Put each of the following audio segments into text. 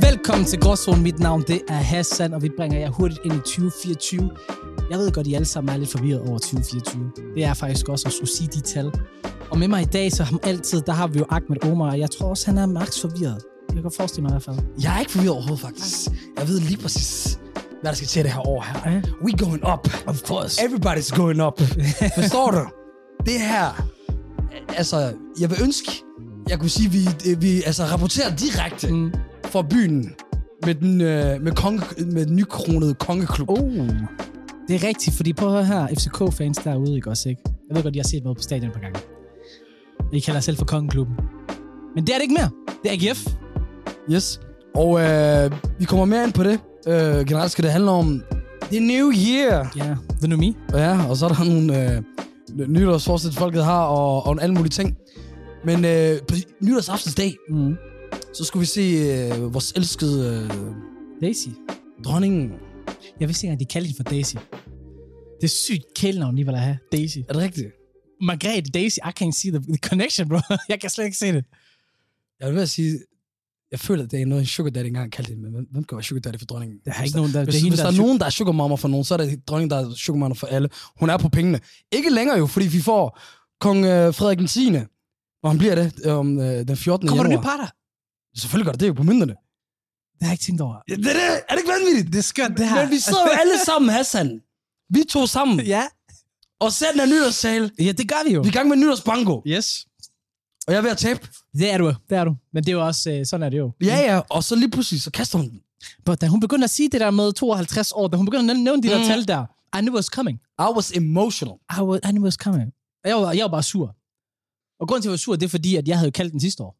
Velkommen til Gråzonen. Mit navn det er Hassan, og vi bringer jer hurtigt ind i 2024. Jeg ved godt, I alle sammen er lidt forvirret over 2024. Det er faktisk også at skulle sige de tal. Og med mig i dag, så har altid, der har vi jo Ahmed Omar, og jeg tror også, han er max forvirret. Jeg kan godt forestille mig i hvert fald. Jeg er ikke forvirret overhovedet, faktisk. Jeg ved lige præcis, hvad der skal til det her år her. Ja. We going up. Of course. Everybody's going up. Forstår du? Det her, altså, jeg vil ønske, jeg kunne sige, vi, øh, vi altså, rapporterer direkte Mm. mm. fra byen med den, øh, med, konge, med den nykronede kongeklub. Oh. Oh. Det er rigtigt, fordi på her, FCK-fans derude, ikke også, ikke? Jeg ved godt, jeg har set noget på stadion på gange. I kalder jer selv for Kongeklubben. Men det er det ikke mere. Det er AGF. Yes. Og øh, vi kommer mere ind på det. Øh, generelt skal det handle om the new year. Ja, ved nu me? Ja, og så er der nogle øh, nytårsforsæt, folket har, og, og alle mulige ting. Men øh, på nytårsaftensdag, Mm. så skulle vi se øh, vores elskede øh, Daisy. dronning. Jeg vidste ikke engang, de kaldte hende for Daisy. Det er sygt kælenavn, de vil have. Daisy. Er det rigtigt? Margrethe Daisy, I can't see the, the connection, bro. jeg kan slet ikke se det. Jeg vil ved at sige, jeg føler, at det er noget, en sugar daddy engang kaldte hende, men hvem, hvem kan være sugar daddy for dronningen? Der er ikke nogen, der... Hvis, det er hvis hende, der, der er er nogen, der er sugar mama for nogen, så er det dronningen, der er sugar mama for alle. Hun er på pengene. Ikke længere jo, fordi vi får kong øh, Frederik den 10. Og han bliver det om øh, den 14. Kommer der nye januar. parter? Selvfølgelig gør det, det er jo på mynderne. Det har jeg ikke tænkt over. Ja, det er, det. er det ikke vanvittigt? Det er skørt, det her. Men vi sidder jo alle sammen, Hassan. Vi to sammen. ja. Og ser den her nytårssale. ja, det gør vi jo. Vi er i gang med nytårsbanko. Yes. Og jeg er ved at tabe. Det er du, det er du. Men det er jo også, øh, sådan er det jo. Ja, ja. Og så lige pludselig, så kaster hun den. But da hun begyndte at sige det der med 52 år, da hun begyndte at nævne- nævne de der Mm. tal der, I knew it was coming. I was emotional. I, was, I knew it was coming. Og jeg var, jeg var bare sur. Og grunden til, at jeg var sur, det er fordi, at jeg havde jo kaldt den sidste år.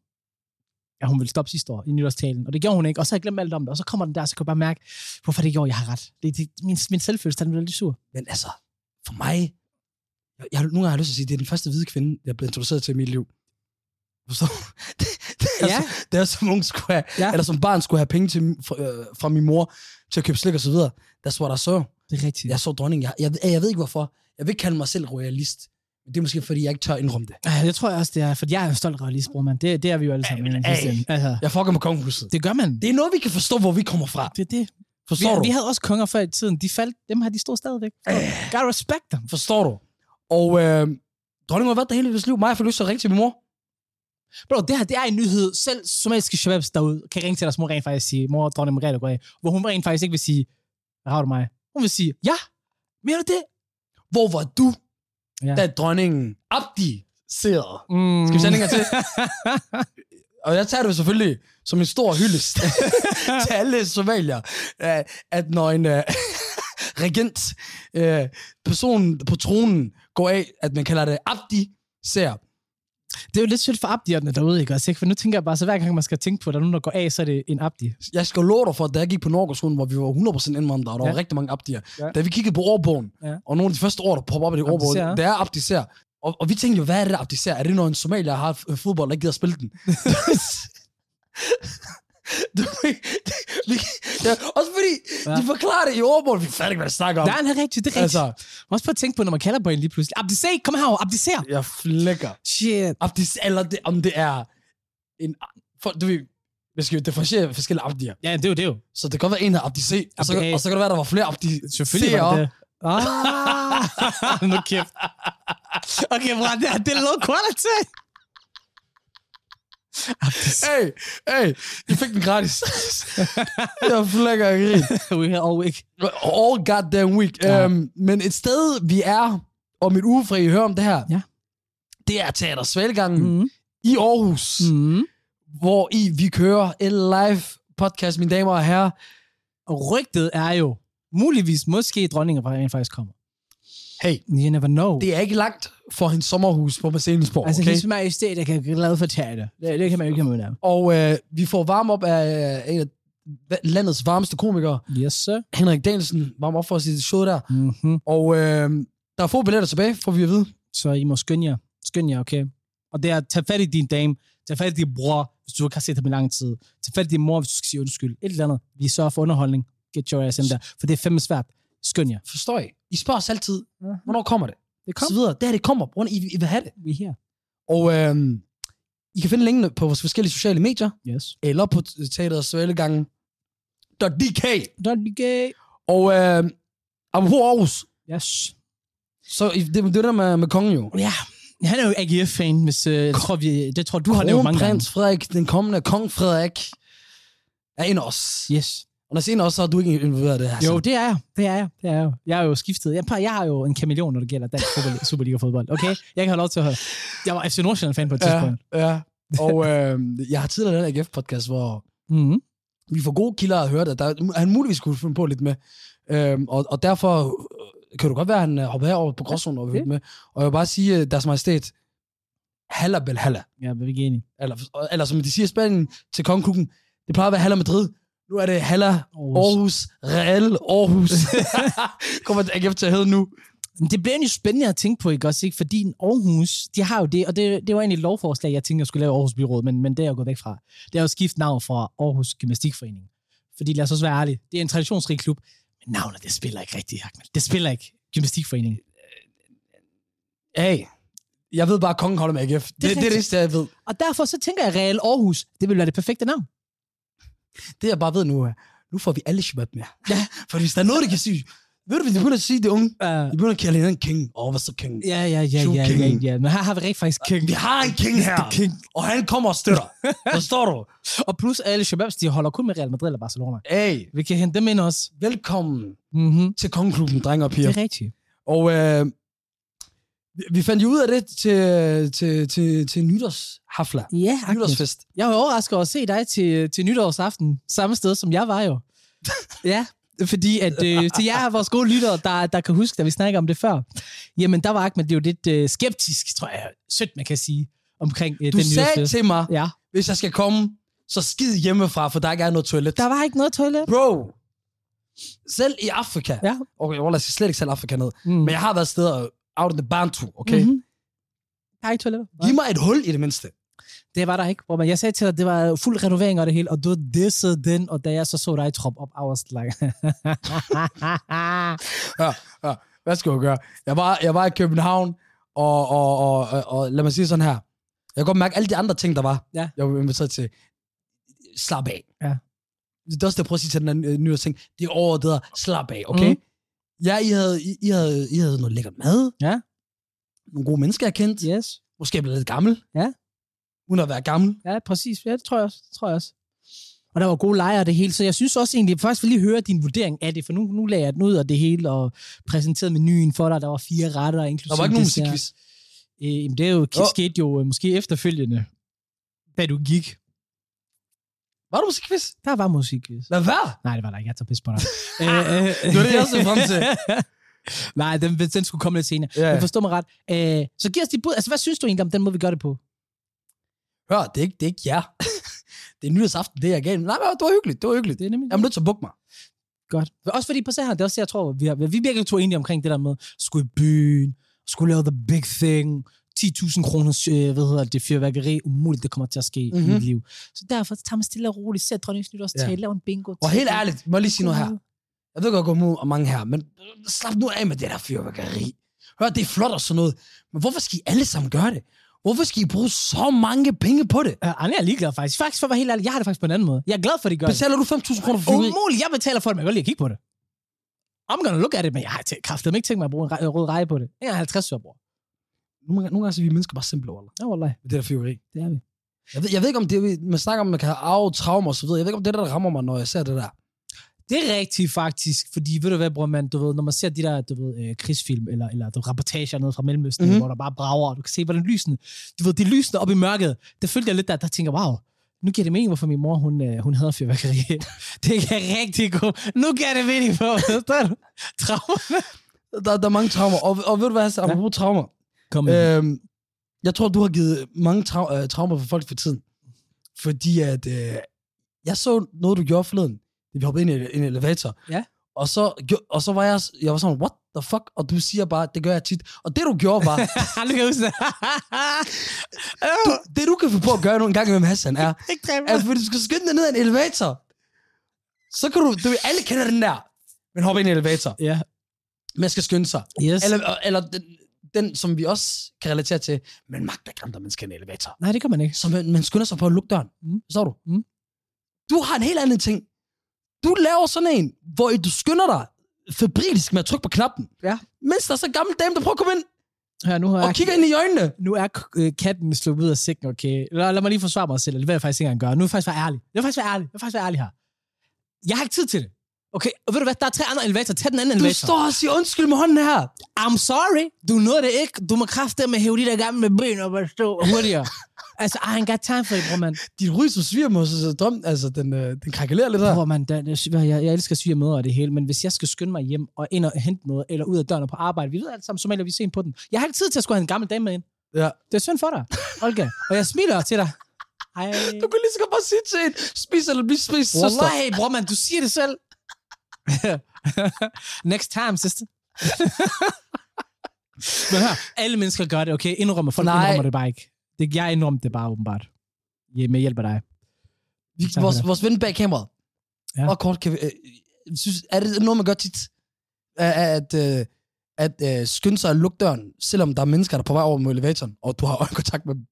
Ja, hun ville stoppe sidste år i nytårstalen, og det gjorde hun ikke. Og så havde jeg glemt alt om det, og så kommer den der, så kan jeg bare mærke, hvorfor det gjorde, jeg har ret. Det, det, min, min selvfølelse, den blev lidt sur. Men altså, for mig... Jeg, jeg, nogle gange har jeg lyst til at sige, at det er den første hvide kvinde, jeg er blevet introduceret til i mit liv. Forstår du? Det, det, er Ja. ja. som, det er som ung skulle have, Ja. ja. eller som barn skulle have penge til, fra, øh, fra min mor til at købe slik og så videre. That's what I saw. Det er rigtigt. Jeg så dronningen. Jeg, jeg, jeg ved ikke hvorfor. Jeg vil ikke kalde mig selv royalist. Men det er måske, fordi jeg ikke tør indrømme det. Ja. Jeg tror jeg også, det er, for jeg er en stolt realist, bror, mand. Det, det er vi jo alle sammen. men, i sidste ey. ende. altså, Jeg fucker med kongehuset. det gør man. Det, Det er noget, vi kan forstå, hvor vi kommer fra. det er det. Vi, Forstår du? vi, havde også konger før i tiden. De faldt, dem har de stået stadigvæk. God respect dem. Forstår du? Og øh, dronningen har været der hele hendes liv. Mig har fået lyst til at ringe til min mor. Bro, det her, det er en nyhed. Selv somaliske shababs derude kan ringe til deres mor rent faktisk og sige, mor, dronning Margrethe går af. Hvor hun rent faktisk ikke vil sige, hvad har du mig? Hun vil sige, ja, mener du det? Hvor var du, Ja. ja. da dronningen Abdi sidder? Mm. Skal vi sende en gang til? Og jeg tager det jo selvfølgelig som en stor hyldest til alle somalier, øh, at når en øh, regent, øh, personen på tronen, går af, at man kalder det Abdi, ser. Det er jo lidt sødt for abdierne derude, ikke også? Ikke? For nu tænker jeg bare, så hver gang man skal tænke på, at der er nogen, der går af, så er det en abdi. Jeg skal love dig for, at da jeg gik på Norgeskolen, hvor vi var 100% indvandrere, og der Ja. ja. var rigtig mange Abdier, Ja. ja. da vi kiggede på ordbogen, Ja. ja. og nogle af de første ord, der popper op i det ordbog, Abdicer. det er abdicer. Og, og vi tænkte jo, hvad er det, der abdicer? Er det, når en somalier har f- øh, fodbold og ikke gider at spille den? Du ved, det- vi- ja, også fordi, Ja. ja. de forklarer det i ordbogen, vi fatter ikke, hvad det snakker om. Der er en her rigtigt, det er rigtigt. altså, Altså. Man også prøve at tænke på, når man kalder på en lige pludselig. Abdicer, kom herover, abdicer. jeg flækker. Shit. Abdicer, eller det, om det er en... For, du ved, vi skal jo differentiere forskellige abdier. Ja, det er jo det er jo. Så det kan godt være, en hedder Abdi C, og så, Abdi A. og så kan det være, der var flere Abdi Selvfølgelig var det det. Ah, nu kæft. Okay, bror, det, her, det er low quality. Hey, hey, I fik den gratis. jeg flækker og grin. We here all week. All goddamn week. Ja. Ja. Um, men et sted, vi er om et uge fra, I hører om det her, Ja. det er Teater Svælgangen mm. Mm-hmm. i Aarhus, mm. Mm. hvor I vi kører en live podcast, mine damer og herrer. Og rygtet er jo, muligvis, måske dronningen rent faktisk kommer. Hey, You never know. det er ikke langt for hendes sommerhus på Marcelinsborg, altså, okay? hendes majestæt, jeg kan glad for teater. Det, det kan man jo ikke have med Og øh, vi får varm op af øh, en af landets varmeste komikere, Yes, sir. Henrik Danielsen, varm op for at sige show der. Mm-hmm. Og øh, der er få billetter tilbage, får vi at vide. Så I må skynde jer. Skynde jer, okay? Og det er, tag fat i din dame, tag fat i din bror, hvis du ikke har set ham i lang tid. Tag fat i din mor, hvis du skal sige undskyld. Et eller andet. Vi sørger for underholdning. Get your ass in der. For det er fandme svært. Skynd jer. Forstår I? I spørger os altid, Mhm. hvornår kommer det? Det Så videre. Det her, det kommer. Hvordan I, I vil have det. Vi er her. Og øh, I kan finde linkene på vores forskellige sociale medier, Yes. eller på teateret Svalegangen .dk. Don't be gay. Og øh, apropos Aarhus, Yes. så i- det, det der med, med kongen jo. Ja, han er jo AGF-fan, hvis, øh, jeg tror, vi, det tror du har nævnt mange gange. Kronprins Frederik, den kommende kong Frederik, er en af os. Yes. Altså- Og når senere også, så har du ikke involveret det her. altså. Jo, det er jeg. Det er jeg. Det er jeg. Jeg er jo skiftet. Jeg, jeg har jo en kameleon, når det gælder dansk Superli- Superliga-fodbold. Okay? Jeg kan have lov til at høre. Jeg var FC Nordsjælland-fan på et ja, tidspunkt. ja. Og øh, jeg har tidligere lavet en AGF-podcast, hvor Mm-hmm. vi får gode kilder at høre det. Der, han muligvis kunne finde på lidt med. Øhm, og, og derfor øh, kan du godt være, at han øh, hopper herover på gråzonen og Ja, hørte med. Og jeg vil bare sige, øh, deres majestæt, halla bel halla. Ja, vi er ikke enige. Eller, eller som de siger i Spanien til kongekukken, det plejer at være halla Madrid. Nu er det halla Aarhus. Aarhus. Real Aarhus. Kommer AGF til at hedde nu. Men Det bliver egentlig spændende at tænke på, ikke også? Ikke? Fordi en Aarhus, de har jo det, og det, det var egentlig et lovforslag, jeg tænkte, jeg skulle lave i Aarhus Byråd, men, men det er jeg gået væk fra. Det er jo skiftet navn fra Aarhus Gymnastikforening. Fordi lad os også være ærlige, det er en traditionsrig klub, men navnet, det spiller ikke rigtigt, Ahmed. Det spiller ikke Gymnastikforeningen. Hey, jeg ved bare, at kongen holder med AGF. Det, det, det er rigtigt. det eneste, jeg ved. Og derfor så tænker jeg, Real Aarhus, det vil være det perfekte navn. Det jeg bare ved nu er, nu får vi alle shabab med. Ja. For hvis der er noget, de kan sige, ved du, hvis de begynder at sige det unge, Uh, de begynder at kalde hinanden king. Åh, oh, hvad så king? ja, ja, ja, True ja, ja, king. ja. Men her har vi rent faktisk King. Vi har en king her, King. og han kommer og støtter. Forstår du? Og plus alle Shababs, de holder kun med Real Madrid eller Barcelona. Hey, Vi kan hente dem ind også. velkommen Mm-hmm. til kongeklubben, drenge og Det piger. er rigtigt. Og øh, vi- vi fandt jo ud af det til, til, til, til nytårshafla. Ja, Ahmed. Nytårsfest. Jeg var overrasket over at se dig til, til nytårsaften, samme sted som jeg var jo. ja, fordi at øh, til jer, vores gode lyttere, der, der kan huske, da vi snakkede om det før, jamen der var Ahmed jo lidt øh, skeptisk, tror jeg, sødt man kan sige, omkring øh, Du den sagde nytårsfest. til mig, Ja, hvis jeg skal komme, så skid hjemmefra, for der ikke er noget toilet. der var ikke noget toilet. Bro, selv i Afrika. Ja. Okay, Wallah, jeg skal slet ikke selv Afrika ned. Mm. Men jeg har været steder out in the bantu, okay? Mm-hmm. Mm-hmm. Der er ikke toilet. Giv mig et hul i det mindste. Det var der ikke, bror, men jeg sagde til dig, at det var fuld renovering og det hele, og du dissede den, og da jeg så så dig troppe op, I was like... Hvad skal jeg gøre? Jeg var, jeg var i København, og, og, og, og, og lad mig sige sådan her. Jeg kan godt mærke alle de andre ting, der var, Ja. jeg var inviteret til. Slap af. Ja. Det er også det, jeg prøver at sige til den anden øh, nyere ting. Det er over det der. Slap af, okay? Mhm. Mm. Ja, I havde, I, I, havde, I havde noget lækker mad. Ja. Nogle gode mennesker, jeg kendte. yes. Måske er jeg blevet lidt gammel. Ja. Uden at være gammel. Ja, præcis. Ja, det tror jeg også. Det tror jeg også. Og der var gode lejre og det hele, så jeg synes også egentlig, først vil lige høre din vurdering af det, for nu, nu lagde jeg den ud af det hele og præsenterede menuen for dig. Der var fire retter, inklusive Der var ikke nogen dessert. musikquiz. Øh, jamen, det er jo, Jo. oh. skete jo øh, måske efterfølgende, da du gik. Var der musikquiz? Der var musikquiz. Lad være. Nej, det var der ikke. Jeg tager pis på dig. øh, øh, Det var det, jeg så frem til. Nej, den, den skulle komme lidt senere. Ja. Men forstå mig ret. Øh, så giv os dit bud. Altså, hvad synes du egentlig om den måde, vi gør det på? Hør, det er ikke, det er ikke jer. det er nyhedsaften, det er jeg gav. Nej, men det var hyggeligt. Det var hyggeligt. Det er nemlig... Jeg er nødt til at bukke mig. Godt. Også fordi på her, det er også det, jeg tror, vi, har, vi er virkelig to enige omkring det der med, skulle i byen, skulle lave the big thing, 10.000 kroners, øh, hvad hedder det, fyrværkeri, umuligt, det kommer til at ske mm-hmm. Mhm. i mit liv. Så derfor tager man stille og roligt, sæt dronningens nytårstale, Ja. lav en bingo. Og tag helt den. ærligt, må jeg lige sige noget her. Jeg ved godt, at gå mod og mange her, men slap nu af med det der fyrværkeri. Hør, det er flot og sådan noget. Men hvorfor skal I alle sammen gøre det? Hvorfor skal I bruge så mange penge på det? Øh, Arne er ligeglad faktisk. Faktisk, for at være helt ærlig, jeg har det faktisk på en anden måde. Jeg er glad for, at de gør det. Betaler du 5.000 kroner for fyrværkeri? Umuligt, jeg betaler for det, men jeg kan godt lide at kigge på det. I'm gonna look at it, men jeg har tæ- kraftet ikke tænkt mig at bruge en re- rød reje på det. Jeg er 50 år, bror. Nogle, gange- nogle gange så er vi mennesker bare simple, Wallah. Ja, wallah. Med det der fyrværkeri. Det er vi. Jeg ved, jeg ved ikke, om det, man snakker om, at man kan have arve, traumer og så videre. Jeg ved ikke, om det er det, der rammer mig, når jeg ser det der. Det er rigtigt faktisk, fordi ved du hvad, bror, man, du ved, når man ser de der du ved, øh, krigsfilm, eller, eller du, ved, reportager nede fra Mellemøsten, Mhm. mm-hmm. hvor der bare brager, og du kan se, hvordan lysene, du ved, de lysene op i mørket, det følte jeg lidt der, der tænker, wow, nu giver det mening, hvorfor min mor, hun, øh, hun havde fyrværkeri. det kan rigtig godt. Nu giver det mening for, forstår du? Traume. Der, der er mange traumer. Og, og ved du hvad, Hassan, Ja. apropos traumer. Kom øh, Øhm, jeg tror, du har givet mange trau- øh, traumer for folk for tiden. Fordi at, øh, jeg så noget, du gjorde forleden, da vi hoppede ind i en elevator. Ja. Og så, gjo- og så var jeg, jeg var sådan, what the fuck? Og du siger bare, det gør jeg tit. Og det, du gjorde, var, nu kan jeg huske det. du, det, du kan få på at gøre nogle gange med Hassan, er, Ikke dræbe mig. at hvis du skal skynde dig ned ad en elevator, så kan du, du alle kender den der, men hoppe ind i en elevator. Ja, Man skal skynde sig. yes. Eller, Eller, eller den, den, som vi også kan relatere til, man magter ikke andre mennesker i en elevator. nej, det kan man ikke. Så man, man skynder sig på at lukke døren. Mm. Mm. Så du. Mm. Du har en helt anden ting. Du du laver sådan en, hvor du skynder dig febrilsk med at trykke på knappen, Ja. mens der er så en gammel dame, der prøver at komme ind Hør, nu har og jeg kigger ind i øjnene. nu er øh, katten sluppet ud af sækken, okay? Lad, lad mig lige forsvare mig selv, eller det vil jeg faktisk ikke engang gøre. Nu vil jeg faktisk være ærlig. Jeg vil faktisk være ærlig. Jeg vil faktisk være ærlig her. Jeg har ikke tid til det. Okay, og ved du hvad, der er tre andre elevatorer. Tag den anden Du elevator. står og siger undskyld med hånden her. I'm sorry. Du nåede det ikke. Du må kræfte med hæve de der gamle ben op og stå hurtigere. altså, I ain't got time for it, bror, mand. Dit ryg som sviger mig, så drøm, altså den, øh, den krakelerer lidt her. Bror, mand, der, jeg, jeg, jeg elsker syge møder og det hele, men hvis jeg skal skynde mig hjem og ind og hente noget, eller ud af døren og på arbejde, vi ved alle sammen, som vi er sent på den. Jeg har ikke tid til at skulle have en gammel dame med ind. Ja. Det er synd for dig, Olga. Og jeg smiler til dig. Hej. Du kan lige så godt bare sige til en, spis eller bliv spist, søster. Wallahi, bror, man, du siger det selv. Next time, sister. Men her, alle mennesker gør det, okay? Indrømmer, folk Nej. Nej. indrømmer det bare ikke. Det, jeg indrømmer det bare, åbenbart. Ja, med hjælp af dig. Vi, Tak for vores, det. vores ven bag kameraet. Ja. Ja. Hvor kort kan vi, øh, synes, er det noget, man gør tit? At, at, øh, at øh, skynde sig at lukke døren, selvom der er mennesker, der er på vej over mod elevatoren, og du har øjenkontakt med dem.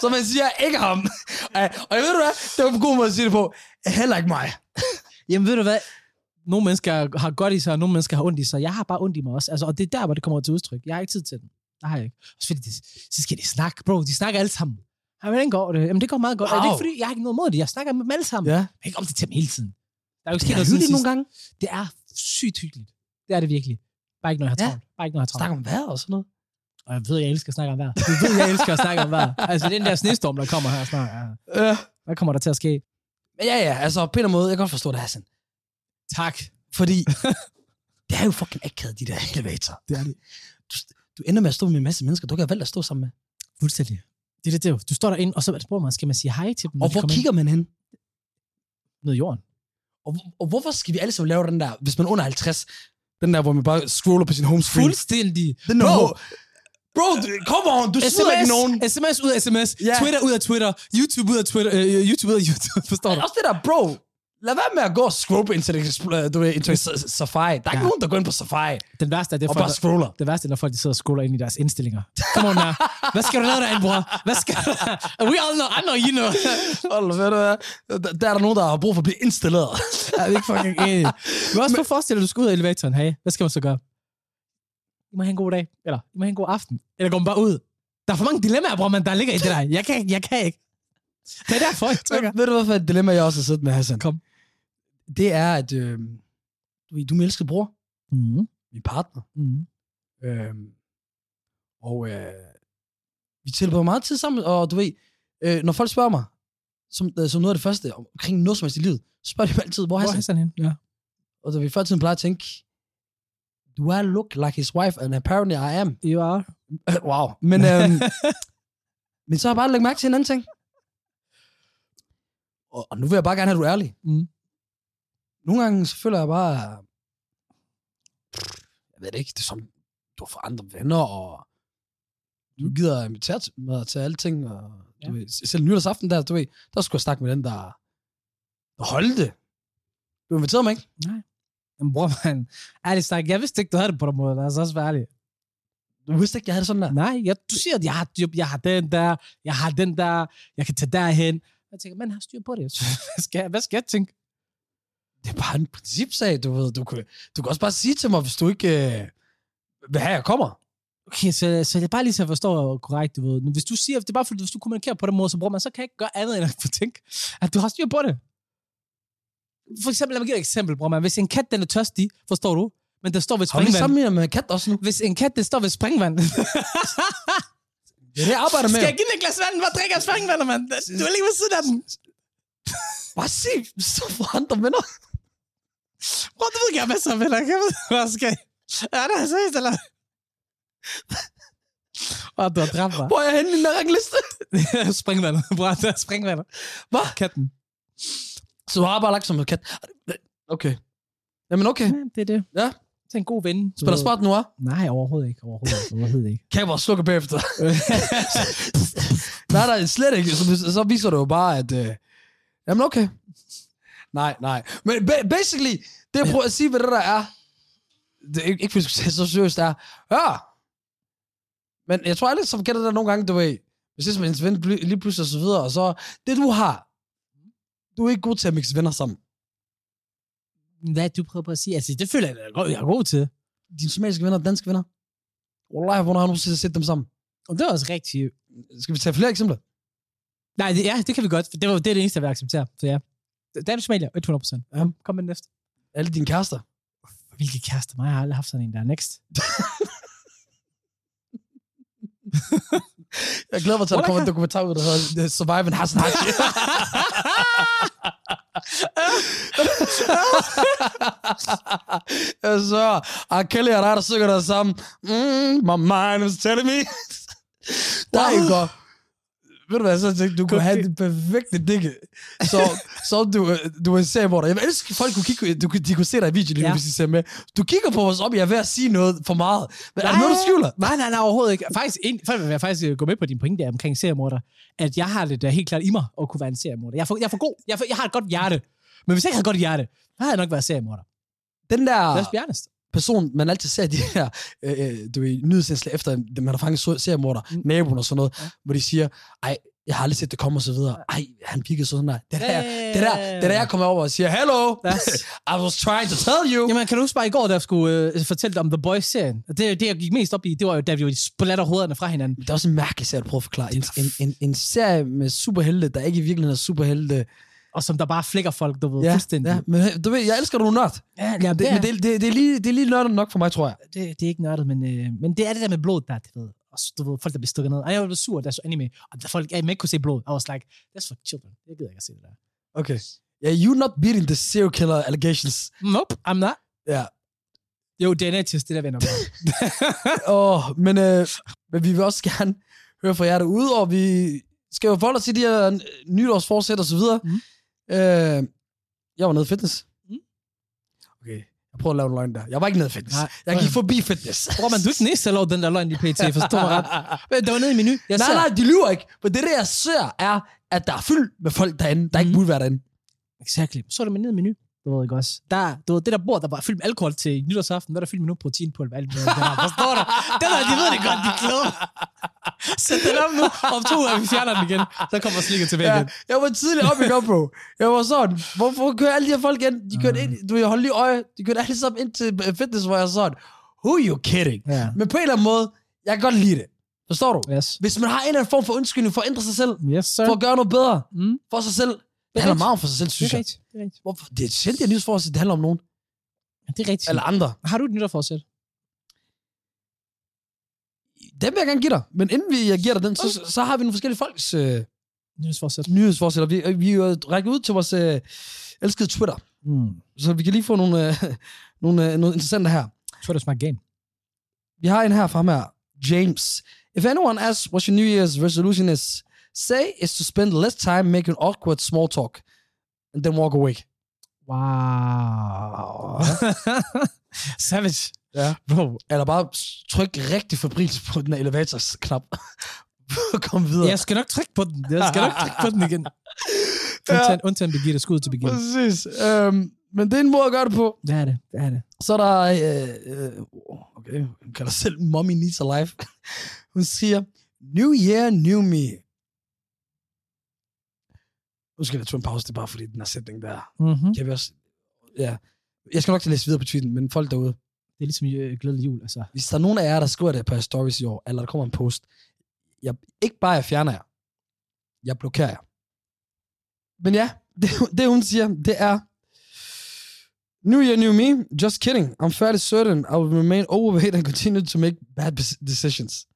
Så man siger, ikke ham. Øh, og jeg ved du hvad, det var en god måde at sige det på. Heller ikke mig. Jamen, ved du hvad? Nogle mennesker har godt i sig, og nogle mennesker har ondt i sig. Jeg har bare ondt i mig også. Altså, og det er der, hvor det kommer til udtryk. Jeg har ikke tid til det. Det har jeg ikke. Også fordi, de, så skal de snakke, bro. De snakker alle sammen. Jamen, hvordan går det? Jamen, det går meget godt. Wow. Er det Wow. ikke fordi, jeg har ikke noget mod det? Jeg snakker med dem alle sammen. Ja. Ja. Jeg kan ikke om det til dem hele tiden. Der er jo ikke Det sket er noget siden hyggeligt sidst. nogle gange. Det er sygt hyggeligt. Det er det virkelig. Bare ikke, når jeg har Ja. travlt. Bare ikke, når jeg har travlt. Snakker om vejret og sådan noget. Og jeg ved, jeg elsker at snakke om vejr. Du ved, jeg elsker at snakke om vejr. Altså, den der snestorm, der kommer her snart. Ja. Ja. Hvad kommer der til at ske? Øh. ja, ja, altså på en eller anden måde, jeg kan godt forstå det, Hassan. Tak. Fordi det er jo fucking akavet, de der elevatorer. Det er det. Du, du ender med at stå med en masse mennesker, du kan valgt at stå sammen med. Fuldstændig. Det er det, det er jo. Du står derinde, og så spørger man, skal man sige hej til dem? når Og de hvor kommer kigger man hen? Ind? Ned i jorden. Og, hvor- og hvorfor skal vi alle sammen lave den der, hvis man er under 50, den der, hvor man bare scroller på sin home screen? Fuldstændig. Den der, Bro, hvor- bro, du, come on, du smider SMS, ikke nogen. sms ud af sms, Ja. Twitter ud af Twitter, YouTube ud af Twitter, øh, YouTube ud af YouTube, forstår du? Også det der, bro, lad være med at gå og scrolle på internet, Explorer, du ved, internet S- S- Safari. Der er ikke Ja. nogen, der går ind på Safari Den værste er det, og folk, bare scroller. Det værste er, når folk de sidder og scroller ind i deres indstillinger. Come on now. Hvad skal du lave derinde, bror? Hvad skal du... We all know. I know you know. Hold ved du hvad? Der- Der er der nogen, der har brug for at blive installeret. Jeg er ikke fucking enig. Men også for at forestille dig, at du skal ud af elevatoren. Hey, hvad skal man så gøre? I må have en god dag. Eller I må have en god aften. Eller går man bare ud? Der er for mange dilemmaer, bror, man, der ligger i det der. Jeg kan ikke. Jeg kan ikke. Det er derfor, jeg trykker. ved du, hvorfor et dilemma, jeg også har siddet med, Hassan? Kom. Det er, at øh, du, ved, du er min elskede bror, Mm, min partner, mm. Øh, og øh, vi tilbringer meget tid sammen, og du ved, øh, når folk spørger mig, som, øh, som noget af det første, om- omkring noget som helst i livet, så spørger de mig altid, hvor Hvor er er Hassan? Hassan henne? Ja. Og du ved, før tiden plejer at tænke, do I look like his wife, and apparently I am. You are. wow. Men, øh, men så har jeg bare lagt mærke til en anden ting. Og, og nu vil jeg bare gerne have, at du er ærlig. Mm. Nogle gange, så føler jeg bare, jeg ved det ikke, det er som, du har fået andre venner, og du gider at invitere til- mig til alting, og ja. Ja. du ved, selv nytårsaften der, du ved, der skulle jeg snakke med den, der, der holdt det. Du inviterede mig ikke. Jamen, bror, man. Ærligt sagt, jeg vidste ikke, du havde det på den måde. Lad os også være ærlig. Du vidste ikke, jeg havde det sådan der. Nej, jeg, du siger, at jeg har et job, jeg har den der, jeg har den der, jeg kan tage derhen. Jeg tænker, man har styr på det. Så hvad, skal jeg, hvad skal jeg tænke? Det er bare en principsag, du ved. Du kan, du kan også bare sige til mig, hvis du ikke øh, vil have, jeg kommer. Okay, så, så jeg bare lige så jeg forstår korrekt, du ved. Men hvis du siger, det er bare fordi, hvis du kommunikerer på den måde, så bruger man, så kan jeg ikke gøre andet end at tænke, at du har styr på det. For eksempel, lad mig give dig et eksempel, bror, man. Hvis en kat, den er tørstig, forstår du? Men den står ved Har vi springvand. sammenlignet med kat også nu? Hvis en kat, den står ved springvand. Det er det, jeg arbejder med. Skal jeg give den et glas vand? Hvad drikker jeg springvand, mand? Du er lige ved siden af den. Bare sig, så for andre venner. Bro, det ved jeg masser af venner. Jeg ved, hvad skal jeg? Er det seriøst, eller? Åh, du har dræbt mig. Hvor er jeg henne i den her rangliste? springvandet. Bro, det er springvandet. Hvad? Katten. Så du har bare lagt som en kat. Okay. Jamen okay. Ja, det er det. Ja. Det er en god ven. du Spiller ved. smart nu, hva'? Nej, overhovedet ikke. Overhovedet ikke. Overhovedet ikke. Kamera slukker bagefter. nej, nej, slet ikke. Så, så viser det jo bare, at... Øh, jamen okay. Nej, nej. Men ba- basically, det jeg prøver at sige, hvad det der er, det er ikke, ikke fordi jeg skulle tage det så seriøst, det er, ja. Men jeg tror alle, som kender det der nogle gange, du ved, hvis det er som ens ven, bly- lige pludselig og så videre, og så, det du har, Du er ikke god til at mixe venner sammen. Hvad er det, du prøver på at sige? Altså, det føler jeg, jeg er god- jeg er god til. Dine somaliske venner er danske venner. Wallah, hvornår har du nogensinde set dem sammen? Og det er også rigtigt. Skal vi tage flere eksempler? Nej, det, ja, det kan vi godt. for Det, var, det er det eneste, jeg vil acceptere. Så ja. Dansk Somalia, 100 procent. Ja. Kom med den næste. Alle dine kærester. Hvilke kærester? Mig jeg har aldrig haft sådan en der. Next. Jeg glæder mig til, at der Wallah, kommer en dokumentar ud, der hedder The Surviving Hassan Haji. Så, R. Kelly og dig, der synger der sammen. Mm, my mind is telling me. Der er jo godt. Ved du hvad, så tænkte jeg, du kunne Okay. have det perfekte digge. Så, så du, øh, du er en serie, hvor der... Jeg elsker, folk kunne kigge... Du, kunne- de kunne se dig i videoen, Ja. ja. hvis de ser med. Du kigger på os op, jeg er ved at sige noget for meget. Men er der noget, du skjuler? Nej, nej, nej, overhovedet ikke. Faktisk, en, for at jeg faktisk øh, gå med på din pointe der omkring seriemorder, at jeg har det der helt klart i mig at kunne være en seriemorder. Jeg er for, jeg er for god. Jeg, er for, jeg har et godt hjerte. Men hvis jeg ikke havde et godt hjerte, så havde jeg nok været seriemorder. Den der... Let's be honest. person, man altid ser de her, øh, øh, du ved, nyhedsindslag efter, at man har fanget so- seriemorder, Mm. mm. naboen og sådan noget, Ja. ja. hvor de siger, ej, jeg har aldrig set det komme og så videre. Ej, han pikkede sådan der. Det er der, Ja. det er der, det er der, jeg kommer over og siger, hello, Yes. I was trying to tell you. Jamen, kan du huske bare i går, der skulle øh, fortælle dig om The Boys-serien? Og Det, det, jeg gik mest op i, det var jo, da vi jo splatter hovederne fra hinanden. Det er også en mærkelig serie, du prøver at forklare. En, en, en, en serie med superhelte, der ikke i virkeligheden er superhelte. Og som der bare flækker folk, du ved, Ja, fuldstændig. ja, men du ved, jeg elsker, at du er nørd. ja, ja, Det, men det, det, det, er lige, det er lige nørdet nok for mig, tror jeg. det, det er ikke nørdet, men, øh, men det er det der med blod, der er det, du ved, og så, du ved, folk, der bliver stukket ned. Og jeg var sur, da jeg så anime, og der folk, jeg ikke kunne se blod. I was like, that's for children. Jeg gider ikke at se det der. Okay. Yeah, you're not beating the serial killer allegations. Nope, I'm not. Ja. Yeah. Jo, det er nettis, det der venner. mig. Åh, men, øh, men vi vil også gerne høre fra jer derude, og vi skal jo forholde os til de her øh, nytårsforsæt og så videre. Mhm. Mm. Øh, jeg var nede i fitness. Mhm. Mm. Okay, jeg prøver at lave en løgn der. Jeg var ikke nede i fitness. Nej. Nej. Jeg gik forbi fitness. Bror, man, du er ikke den eneste, der lavede den der løgn i PT, forstår mig ret. Men Det var nede i menu. Jeg nej, ser, nej, de lyver ikke. Men det, der jeg ser, er, at der er fyldt med folk derinde, der ikke Mhm. burde være derinde. Exactly. Så er det med ned i menu. Du ved ikke også. Der, du ved, det der bord, der var fyldt med alkohol til nytårsaften, der er der fyldt med noget proteinpulver. Alt muligt. der. Forstår du? Det der, de ved det godt, de klæder. Sæt den op nu. Om to uger, vi fjerner den igen. Så kommer slikket tilbage Ja, igen. jeg var tidligt op i går, bro. Jeg var sådan, hvorfor kører alle de her folk ind? De kørte Mhm. ind, du jeg holdt lige øje, de kørte alle sammen ind til øh, fitness, hvor jeg sådan, who you kidding? Ja. Men på en eller anden måde, jeg kan godt lide det. Forstår du? Yes. Hvis man har en eller anden form for undskyldning for at ændre sig selv, Yes, sir. for at gøre noget bedre Mm. for sig selv, det er handler rigtigt. meget om for sig selv, Det synes er jeg. rigtigt. Det er rigtigt. Hvorfor? Det er sjældent, at nyhedsforsæt, det handler om nogen. Det er rigtigt. Eller andre. Har du et nytårsforsæt? Dem vil jeg gerne give dig. Men inden vi jeg giver dig den, så, så har vi nogle forskellige folks øh, Nytårsforsæt. nyhedsforsætter. Vi, øh, vi øh, rækker ud til vores øh, elskede Twitter, Mm. så vi kan lige få nogle, øh, nogle, øh, nogle interessante her. Twitter's my game. Vi har en her fra ham her. James. If anyone asks what your New Year's resolution is, say is to spend less time making awkward small talk, and then walk away. Wow. Savage. Ja. Bro. Eller bare tryk rigtig febrilt på den her elevatorsknap. For at komme videre. Jeg skal nok trykke på den. Jeg skal nok trykke på den igen. Undtagen, undtagen Birgitte. Skud til Birgitte. præcis. Øhm, men det er en måde at gøre det på. Det er det. Det er det. Så er der... Øh, øh, okay, hun kalder selv Mommy Needs a Life. Hun siger, New Year, New Me. Nu skal jeg tage en pause, det er bare fordi den her sætning der. Mm-hmm. Kan vi også... Ja. Jeg skal nok til at læse videre på tweeten, men folk derude, Det er ligesom øh, glædelig jul, altså. hvis der er nogen af jer, der skriver det på jeres stories i år, eller der kommer en post, jeg, ikke bare jeg fjerner jer, jeg blokerer jer. Men ja, det, det hun siger, det er, New year, new me. Just kidding. I'm fairly certain I will remain overweight and continue to make bad bes- decisions.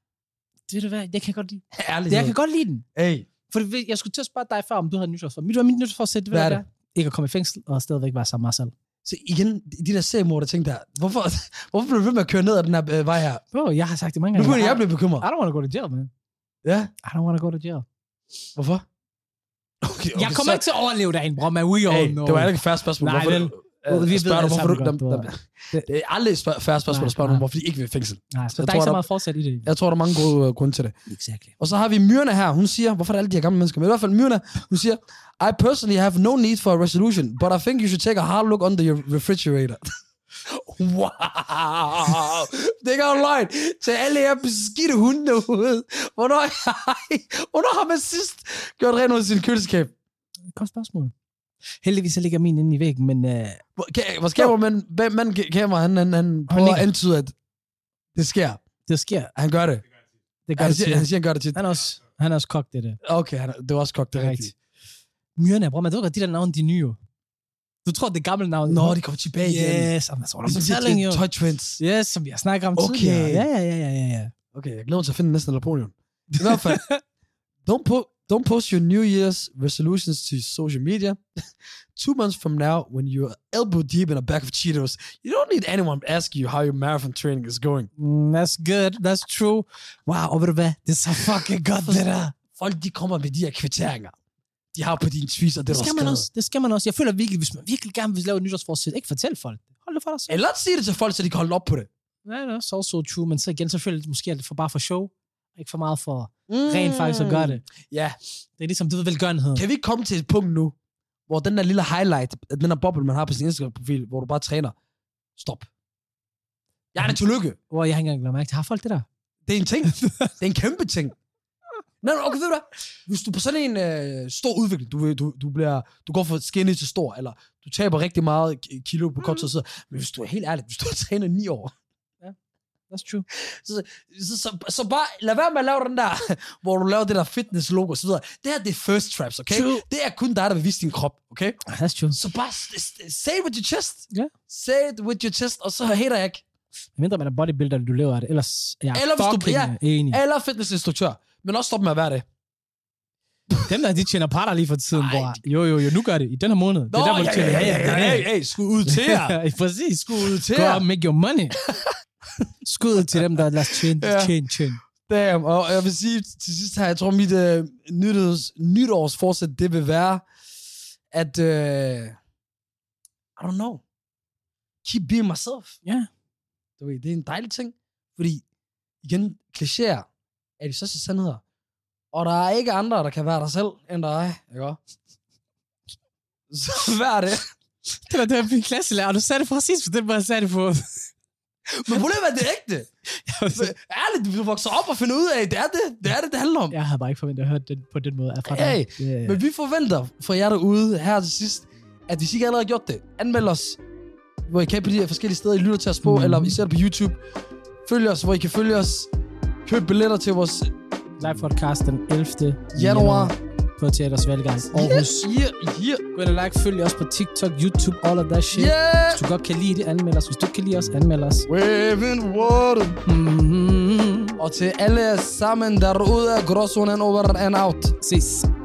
Det du hvad, jeg kan godt lide. Altså, Ærligt. Jeg kan godt lide den. Hey, For du ved, jeg skulle til at spørge dig før, om du havde nytårsforsæt. Mit var mit nytårsforsæt, det ved Hvad jeg, er det er. Ikke at komme i fængsel og stadigvæk være sammen med mig selv. så igen, de der seriemorder ting der, hvorfor, hvorfor blev du ved med at køre ned ad den her øh, vej her? Bro, jeg har Ah. sagt det mange Nu gange. begynder jeg at I, blive bekymret. I don't want to go to jail, man. Ja, I don't want to go to jail. hvorfor? Okay, Okay, jeg kommer så- ikke til at overleve derinde, bro, man. We all Hey, know. det var heller ikke et færre spørgsmål. Nej, hvorfor, vel. Øh, Vi ved spørger alle du, hvorfor du, sammen dem, godt, dem, det er aldrig et spørg- færre spørgsmål, Nej, der spørger nogen, nej. hvorfor de ikke vil i fængsel. Nej, så Jeg der er tror, ikke så der- meget forsæt i det. Jeg tror, der er mange gode øh, grunde til det. Exactly. Og så har vi Myrna her. Hun siger, hvorfor er det alle de her gamle mennesker? Men i hvert fald Myrna, hun siger, I personally have no need for a resolution, but I think you should take a hard look under your refrigerator. wow! Det er ikke engang løgn. Til alle jer beskidte hunde derude. Hvornår, hvornår har man sidst gjort rent ud af sin køleskab? Godt spørgsmål. Heldigvis så ligger min inde i væggen, men øh, Hvor- ka- Vores kameramand, hvem- mand ka- kamera, han, han, han prøver at ligger- antyde, at det sker. det sker. Han gør det. Det gør Han det siger, han tit. siger, han gør det tit. Han er også, han er også kogt, det der. Okay, han, det var også kogt, det er rigtigt. Myrerne, bror, man ved godt, de der navne, de er nye. jo. Du tror, det er gamle navn. Nå, de kommer tilbage igen. Yes, I'm sort of Ligesom de telling her you. Toy Twins. Yes, som vi har snakket om Okay. tidligere. Ja, ja, ja, ja, ja, ja. Okay, jeg glæder mig til at finde næsten Napoleon. I hvert fald, don't, po- don't post your New Year's resolutions to social media. Two months from now, when you're elbow deep in a bag of Cheetos, you don't need anyone asking you how your marathon training is going. Mm, that's good, that's true. Wow, og ved du hvad? Det er så fucking godt, det der. Folk, de kommer med de her kvitteringer. De har på dine tweets, og det, Det det skal, er man man også, det skal man også. Jeg føler virkelig, hvis man virkelig gerne vil lave et nytårsforsæt, ikke fortæl folk det. Hold det for dig selv. Eller sige det til folk, så de kan holde op på det. Ja, det er også so true, men så igen, så føler jeg, det måske er det for bare for show. Ikke for meget for rent faktisk at gøre det. Ja, Det er ligesom, du ved velgørenhed. kan vi ikke komme til et punkt nu, hvor den der lille highlight, den der boble, man har på sin Instagram-profil, hvor du bare træner, stop. Jeg er da tillykke. Hvor jeg har ikke engang lagt mærke til, har folk det der? Det er en ting. det er en kæmpe ting. Nej, nej, okay, ved du hvad? Hvis du er på sådan en øh, stor udvikling, du, vil- du, du, bliver, du går fra skinny til stor, eller du taber rigtig meget ki- kilo på kort tid, mm. men hvis du er helt ærlig, hvis du har trænet ni år, That's true. så, så, så bare lad være med at lave den der, hvor du laver det der fitness-logo osv. Det her, det er first traps, okay? True. Det er kun dig, der vil vise din krop, okay? That's true. Så bare s- s- say it with your chest. Ja. Say it with your chest, og så hater jeg ikke. Mindre man er bodybuilder, du lever af det. Ellers er jeg Eller hvis du- fucking ja. enig. Eller fitnessinstruktør. Men også stop med at være det. Dem der, de tjener parter lige for tiden, Ej, bror. Jo, jo, jo, nu gør det. I den her måned. det er derfor, de tjener ja, ja, skud ud til jer. ja. Præcis. Skud ud til Go jer. out and make your money. Skud til dem, der lader tjene, Ja. tjene, tjene. Damn, og jeg vil sige til sidst her, jeg tror mit øh, nytårs, nytårsforsæt, det vil være, at, øh, I don't know, keep being myself. Ja. Du ved, det er en dejlig ting, fordi igen, klichéer er de største sandheder. Og der er ikke andre, der kan være dig selv, end dig, ikke også? Så vær det. Det var det, var min klasselærer, og du sagde det præcis på den måde, jeg sagde det på. Men problemet er, at det er ægte. Ærligt, du vokser op og finder ud af, det er det, det, er det, det handler om. jeg havde bare ikke forventet at høre den på den måde. Fra dig. Hey, yeah. Men vi forventer fra jer derude her til sidst, at hvis I ikke allerede har gjort det, anmeld os, hvor I kan på de her forskellige steder, I lytter til os på, Mhm. mm. eller I ser det på YouTube. Følg os, hvor I kan følge os. Køb billetter til vores Live podcast den 11. januar. på Teaters Valgang Aarhus. Yes, yeah, yeah, Gå ind og like, følg os på TikTok, YouTube, all of that shit. yeah. Hvis du godt kan lide det, anmeld os. Hvis du ikke kan lide os, anmeld os. Waving water. Mm-hmm. Og til alle sammen derude, gråzonen over and out. Ses.